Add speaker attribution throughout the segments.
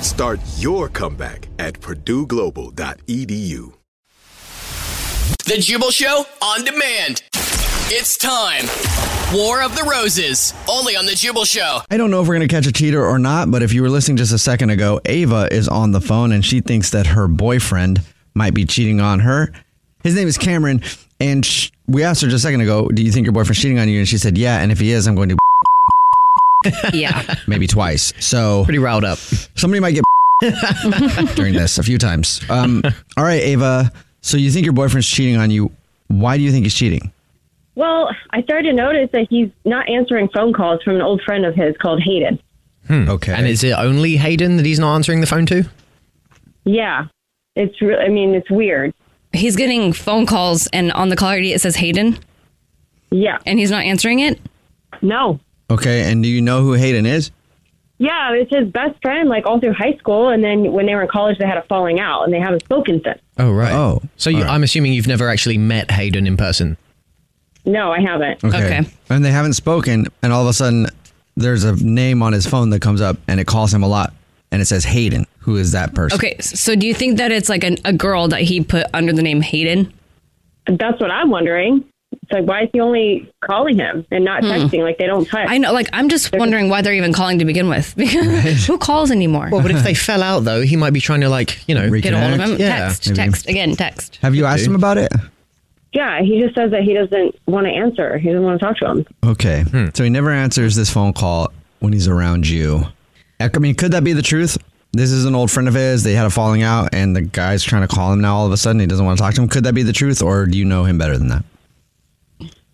Speaker 1: Start your comeback at E purdueglobal.edu.
Speaker 2: The Jubal Show on demand. It's time. War of the Roses, only on The Jubal Show.
Speaker 3: I don't know if we're going to catch a cheater or not, but if you were listening just a second ago, Ava is on the phone and she thinks that her boyfriend might be cheating on her. His name is Cameron. And sh we asked her just a second ago, Do you think your boyfriend's cheating on you? And she said, Yeah. And if he is, I'm going to
Speaker 4: Yeah,
Speaker 3: maybe twice. So
Speaker 4: pretty riled up.
Speaker 3: somebody might get during this a few times. Um, all right, Ava. So you think your boyfriend's cheating on you. Why do you think he's cheating?
Speaker 5: Well, I started to notice that he's not answering phone calls from an old friend of his called Hayden.
Speaker 3: Okay.
Speaker 4: Hmm. And is it only Hayden that he's not answering the phone to?
Speaker 5: Yeah, it's really. I mean, it's weird.
Speaker 6: He's getting phone calls, and on the call ID it says Hayden,
Speaker 5: Yeah.
Speaker 6: and he's not answering it.
Speaker 5: No.
Speaker 3: okay. And do you know who Hayden is?
Speaker 5: Yeah, it's his best friend, like all through high school, and then when they were in college, they had a falling out, and they haven't spoken since.
Speaker 4: Oh right.
Speaker 3: Oh,
Speaker 4: so you,
Speaker 3: all right.
Speaker 4: I'm assuming you've never actually met Hayden in person.
Speaker 5: No, I haven't.
Speaker 6: Okay.
Speaker 3: And they haven't spoken, and all of a sudden, there's a name on his phone that comes up, and it calls him a lot, and it says Hayden. Who is that person?
Speaker 6: Okay, so do you think that it's like an, a girl that he put under the name Hayden?
Speaker 5: That's what I'm wondering. It's like, why is he only calling him and not texting? Like they don't text.
Speaker 6: I know, like, I'm just wondering why they're even calling to begin with. Because who calls anymore?
Speaker 4: Well, Oh, but if they fell out though, he might be trying to like you know
Speaker 6: Get a hold of him.
Speaker 4: Yeah,
Speaker 6: text,
Speaker 3: maybe.
Speaker 6: text, again, text.
Speaker 3: Have you asked him about it?
Speaker 5: Yeah, he just says that he doesn't want to answer. He doesn't want to talk to him.
Speaker 3: Okay. So he never answers this phone call when he's around you. I mean, could that be the truth? This is an old friend of his. They had a falling out, and the guy's trying to call him now. All of a sudden, he doesn't want to talk to him. Could that be the truth, or do you know him better than that?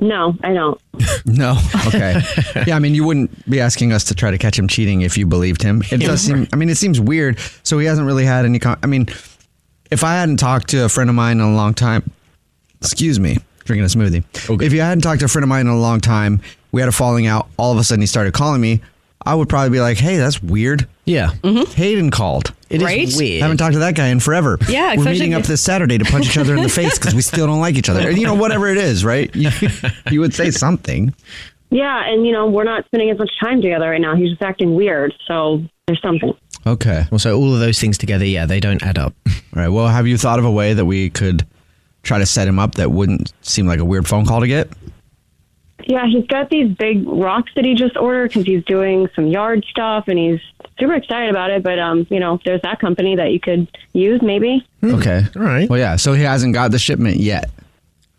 Speaker 5: No, I don't.
Speaker 3: No. Okay. yeah, I mean, you wouldn't be asking us to try to catch him cheating if you believed him. It does seem. I mean, it seems weird. So he hasn't really had any. Con- I mean, if I hadn't talked to a friend of mine in a long time, excuse me, drinking a smoothie. If you hadn't talked to a friend of mine in a long time, we had a falling out. All of a sudden, he started calling me. I would probably be like, "Hey, that's weird."
Speaker 4: yeah.
Speaker 3: Hayden called.
Speaker 4: It is
Speaker 6: Right?
Speaker 4: weird.
Speaker 3: Haven't talked to that guy in forever.
Speaker 6: Yeah,
Speaker 3: we're
Speaker 6: especially
Speaker 3: meeting up
Speaker 6: if-
Speaker 3: this Saturday to punch each other in the face because we still don't like each other. You know, whatever it is, right? You, you would say something.
Speaker 5: Yeah, and you know we're not spending as much time together right now. He's just acting weird. So there's something.
Speaker 3: Okay.
Speaker 4: well, so all of those things together, yeah, they don't add up.
Speaker 3: All right. Well, have you thought of a way that we could try to set him up that wouldn't seem like a weird phone call to get?
Speaker 5: Yeah, he's got these big rocks that he just ordered because he's doing some yard stuff and he's super excited about it. But um, you know, there's that company that you could use maybe.
Speaker 3: Okay.
Speaker 4: Hmm. All right.
Speaker 3: Well, yeah. So he hasn't got the shipment yet.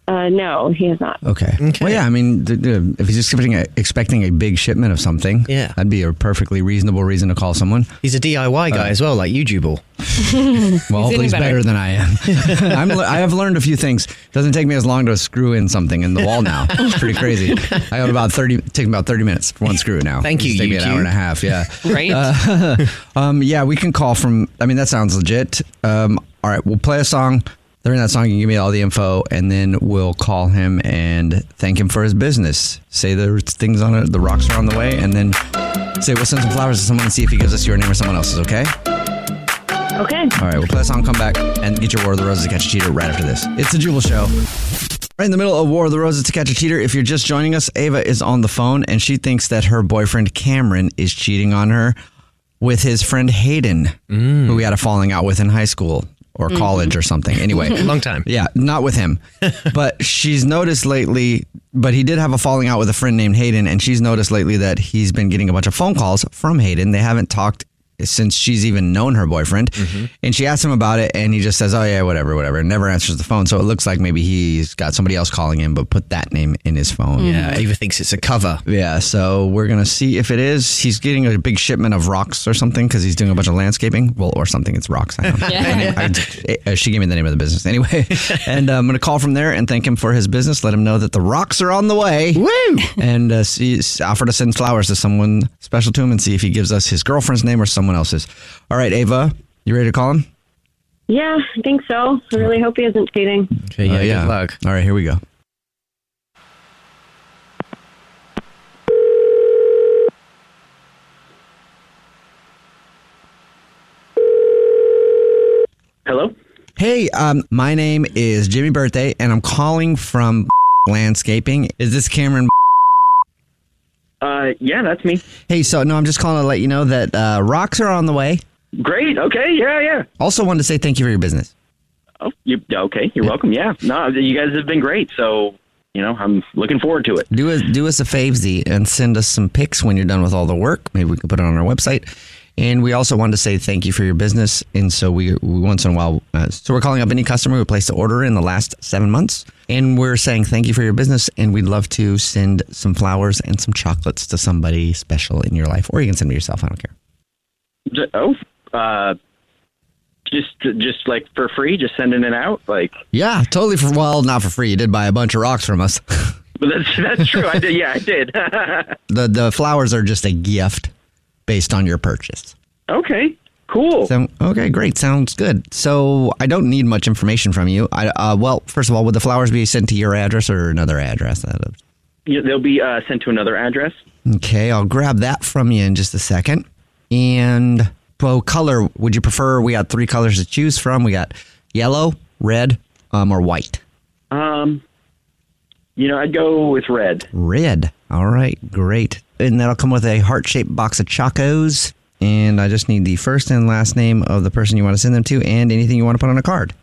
Speaker 5: Uh, no, he has not.
Speaker 3: Okay. Well, yeah. I mean, th- th- if he's expecting a, expecting a big shipment of something,
Speaker 4: Yeah.
Speaker 3: that'd be a perfectly reasonable reason to call someone.
Speaker 4: He's a DIY guy as well, like you, Jubal.
Speaker 3: Well, hopefully he's better
Speaker 6: better.
Speaker 3: than I am. I'm, le- I have learned a few things. Doesn't take me as long to screw in something in the wall now. It's pretty crazy. I got about thirty. Take me about thirty minutes for one screw now.
Speaker 4: Thank you,
Speaker 3: It's Take me an
Speaker 4: YouTube.
Speaker 3: hour and a half. Yeah.
Speaker 6: Right?
Speaker 3: Uh, Um, yeah, we can call from. I mean, that sounds legit. Um, all right, we'll play a song. During that song, you can give me all the info, and then we'll call him and thank him for his business. Say the things on it, the rocks are on the way, and then say we'll send some flowers to someone and see if he gives us your name or someone else's. Okay?
Speaker 5: Okay.
Speaker 3: All right, we'll play a song, come back, and get your War of the Roses to catch a cheater right after this. It's the Jubal Show. Right in the middle of War of the Roses to catch a cheater. If you're just joining us, Ava is on the phone and she thinks that her boyfriend Cameron is cheating on her with his friend Hayden, who we had a falling out with in high school or college or something. Anyway,
Speaker 4: Long time.
Speaker 3: yeah, not with him. but she's noticed lately, but he did have a falling out with a friend named Hayden, and she's noticed lately that he's been getting a bunch of phone calls from Hayden. They haven't talked since she's even known her boyfriend.
Speaker 4: Mm-hmm.
Speaker 3: And she asked him about it, and he just says, Oh, yeah, whatever, whatever, and never answers the phone. So it looks like maybe he's got somebody else calling him, but put that name in his phone.
Speaker 7: Mm-hmm.
Speaker 4: Yeah, Ava thinks it's a cover.
Speaker 3: Yeah, so we're gonna see if it is. He's getting a big shipment of rocks or something because he's doing a bunch of landscaping. Well, or something. It's rocks. I don't know. I- uh, she gave me the name of the business anyway, and uh, I'm gonna call from there and thank him for his business. Let him know that the rocks are on the way. Woo! And uh, see, offer to send flowers to someone special to him and see if he gives us his girlfriend's name or someone else's. All right, Ava, you ready to call him?
Speaker 5: Yeah, I think so. I really hope he isn't cheating.
Speaker 4: Okay, yeah,
Speaker 3: Uh,
Speaker 4: good luck.
Speaker 3: All right, here we go.
Speaker 7: Hello?
Speaker 3: Hey, um, my name is Jimmy Birthday, and I'm calling from landscaping. Is this Cameron?
Speaker 7: Uh, yeah, that's me.
Speaker 3: Hey, so no, I'm just calling to let you know that uh, rocks are on the way.
Speaker 7: Great. Okay. Yeah, yeah.
Speaker 3: Also, wanted to say thank you for your business.
Speaker 7: Oh, you okay? You're welcome. Yeah. No, you guys have been great. So, you know, I'm looking forward to it.
Speaker 3: Do us do us a favesy and send us some pics when you're done with all the work. Maybe we can put it on our website. And we also wanted to say thank you for your business. And so we, we once in a while, uh, so we're calling up any customer who placed the order in the last seven months, and we're saying thank you for your business. And we'd love to send some flowers and some chocolates to somebody special in your life, or you can send me yourself. I don't care.
Speaker 7: J- Oh, uh, just, just like for free, just sending it out. Like,
Speaker 3: Yeah, totally for well, not for free. You did buy a bunch of rocks from us.
Speaker 7: but that's, that's true. I did. Yeah, I did.
Speaker 3: the the flowers are just a gift based on your purchase.
Speaker 7: okay. Cool.
Speaker 3: So okay, great, sounds good. So I don't need much information from you. I uh, well, first of all, would the flowers be sent to your address or another address?
Speaker 7: Yeah, they'll be uh, sent to another address.
Speaker 3: Okay, I'll grab that from you in just a second. And well, color would you prefer? We got three colors to choose from. We got yellow, red, um, or white.
Speaker 7: Um, you know, I'd go with red.
Speaker 3: Red. All right, great. And that'll come with a heart shaped box of Chacos. And I just need the first and last name of the person you want to send them to and anything you want to put on a card.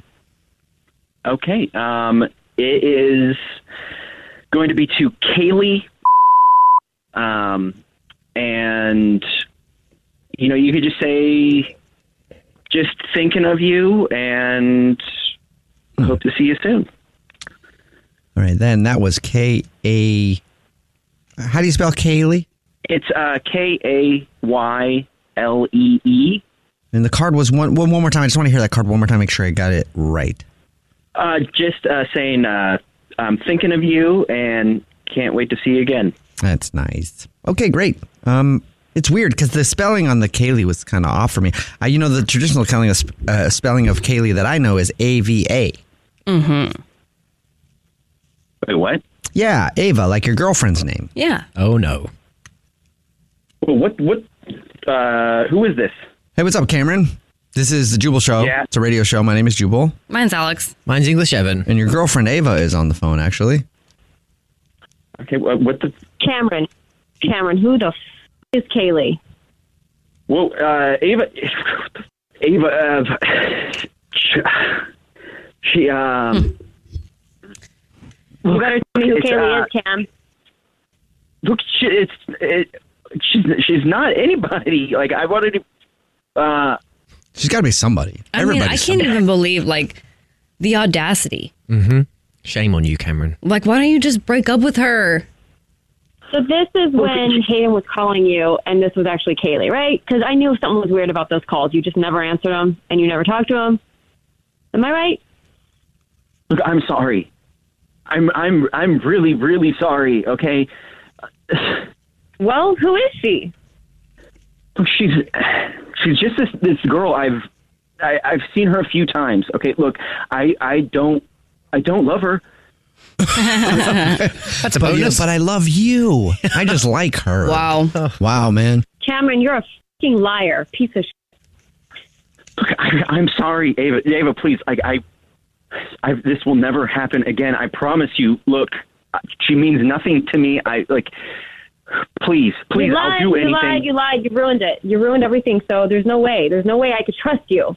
Speaker 7: Okay. Um, it is going to be to Kaylee. Um, and, you know, you could just say, just thinking of you and hope to see you soon.
Speaker 3: All right, then that was K A. How do you spell Kaylee?
Speaker 7: It's uh, K A Y L E E.
Speaker 3: And the card was one, one. One more time. I just want to hear that card one more time. Make sure I got it right.
Speaker 7: Uh, just uh, saying, uh, I'm thinking of you and can't wait to see you again.
Speaker 3: That's nice. Okay, great. Um, it's weird because the spelling on the Kaylee was kind of off for me. Uh, you know, the traditional spelling of, sp- uh, spelling of Kaylee that I know is A V A.
Speaker 7: Wait, what?
Speaker 3: Yeah, Ava, like your girlfriend's name.
Speaker 6: Yeah.
Speaker 4: Oh no.
Speaker 7: Well, what, what, uh, who is this?
Speaker 3: Hey, what's up, Cameron? This is the Jubal Show.
Speaker 7: Yeah.
Speaker 3: It's a radio show. My name is Jubal,
Speaker 6: Mine's Alex.
Speaker 4: Mine's English Evan.
Speaker 3: and your girlfriend Ava is on the phone, actually.
Speaker 7: Okay, what, what the,
Speaker 5: Cameron. Cameron, who the f- is Kaylee?
Speaker 7: Well, uh, Ava, Ava, uh, she, she,
Speaker 4: Hmm.
Speaker 7: um,
Speaker 5: You better tell me who
Speaker 7: It's,
Speaker 5: Kaylee
Speaker 7: uh,
Speaker 5: is, Cam.
Speaker 7: look, she, it's, it, she's, she's not anybody. Like, I wanted to, uh,
Speaker 3: She's got to be somebody.
Speaker 6: I mean,
Speaker 3: Everybody's
Speaker 6: I can't
Speaker 3: somebody.
Speaker 6: even believe like the audacity.
Speaker 4: Shame on you, Cameron.
Speaker 6: Like, why don't you just break up with her?
Speaker 5: So this is when Hayden was calling you, and this was actually Kaylee, right? Because I knew something was weird about those calls. You just never answered them, and you never talked to him. Am I right?
Speaker 7: look, I'm sorry. I'm, I'm, I'm really, really sorry. Okay.
Speaker 5: Well, who is she?
Speaker 7: Look, she's, she's just this, this girl I've, I, I've seen her a few times. Okay. Look, I, I don't, I don't love her.
Speaker 4: That's a
Speaker 3: But, you-
Speaker 4: bonus.
Speaker 3: but I love you. I just like her.
Speaker 6: Wow.
Speaker 3: Wow, man.
Speaker 5: Cameron, you're a fucking liar, piece of. Sh-
Speaker 7: Look, I, I'm sorry, Ava. Ava, please. I, I, I, this will never happen again. I promise you. Look, uh, she means nothing to me. I like. Please, please,
Speaker 5: you
Speaker 7: I'll
Speaker 5: lied,
Speaker 7: do
Speaker 5: you
Speaker 7: anything.
Speaker 5: lied, you lied, you ruined it. You ruined everything, so there's no way. There's no way I could trust you.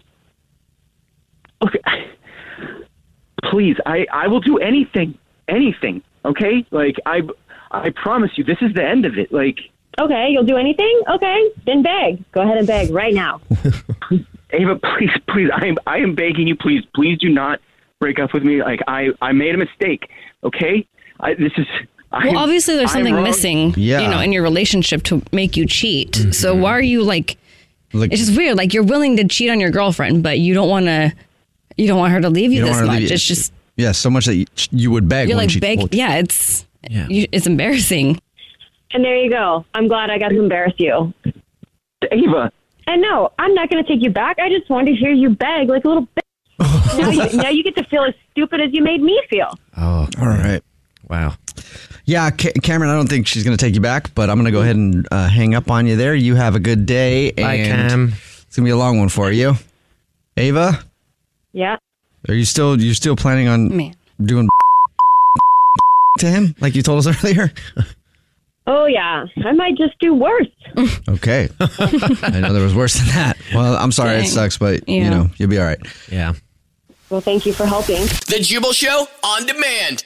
Speaker 7: please i i will do anything anything okay like i i promise you this is the end of it like
Speaker 5: Okay, you'll do anything? Okay, then beg. Go ahead and beg right now.
Speaker 7: ava please please i am i am begging you please please do not break up with me like i i made a mistake okay i this is I am-
Speaker 6: well, obviously there's
Speaker 7: I am
Speaker 6: something
Speaker 7: wrong.
Speaker 6: missing, you know, in your relationship to make you cheat. So why are you like?
Speaker 3: Mm-hmm. Like-
Speaker 6: it's just weird. Like you're willing to cheat on your girlfriend, but you don't want to. You don't want her to leave you,
Speaker 3: don't
Speaker 6: this
Speaker 3: wanna
Speaker 6: much.
Speaker 3: leave you-
Speaker 6: It's just
Speaker 3: Yeah, so much that you, you would beg.
Speaker 6: you're
Speaker 3: when
Speaker 6: like
Speaker 3: she
Speaker 6: big.
Speaker 3: told you.
Speaker 6: Yeah, it's
Speaker 4: Yeah.
Speaker 6: you, it's embarrassing.
Speaker 5: And there you go. I'm glad I got to embarrass you.
Speaker 7: ava
Speaker 5: And no, I'm not going to take you back. I just wanted to hear you beg like a little bitch. now, you, now you get to feel as stupid as you made me feel.
Speaker 4: Oh,
Speaker 3: All right.
Speaker 4: wow.
Speaker 3: Yeah, Ca- Cameron, I don't think she's going to take you back, but I'm going to go ahead and uh, hang up on you there. You have a good day.
Speaker 4: Bye,
Speaker 3: and
Speaker 4: Cam.
Speaker 3: It's going to be a long one for you. Ava,
Speaker 5: Yeah.
Speaker 3: are you still you're still planning on
Speaker 6: Man.
Speaker 3: doing to him like you told us earlier?
Speaker 5: Oh, yeah. I might just do worse.
Speaker 3: Okay. I know there was worse than that. Well, I'm sorry it
Speaker 6: Dang.
Speaker 3: sucks, but you
Speaker 6: Yeah.
Speaker 3: know, you'll be all right.
Speaker 4: Yeah.
Speaker 5: Well, thank you for helping.
Speaker 2: The Jubal Show on demand.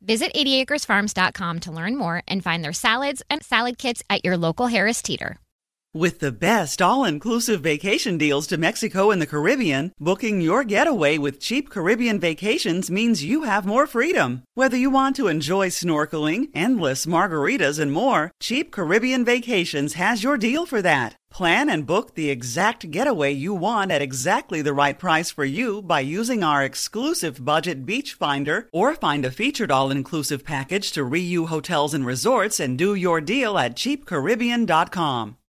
Speaker 8: Visit 80acresfarms.com to learn more and find their salads and salad kits at your local Harris Teeter.
Speaker 9: With the best all inclusive vacation deals to Mexico and the Caribbean, booking your getaway with cheap Caribbean vacations means you have more freedom. Whether you want to enjoy snorkeling, endless margaritas, and more, Cheap Caribbean Vacations has your deal for that. Plan and book the exact getaway you want at exactly the right price for you by using our exclusive budget beach finder or find a featured all inclusive package to Reu Hotels and Resorts and do your deal at cheapcaribbean.com.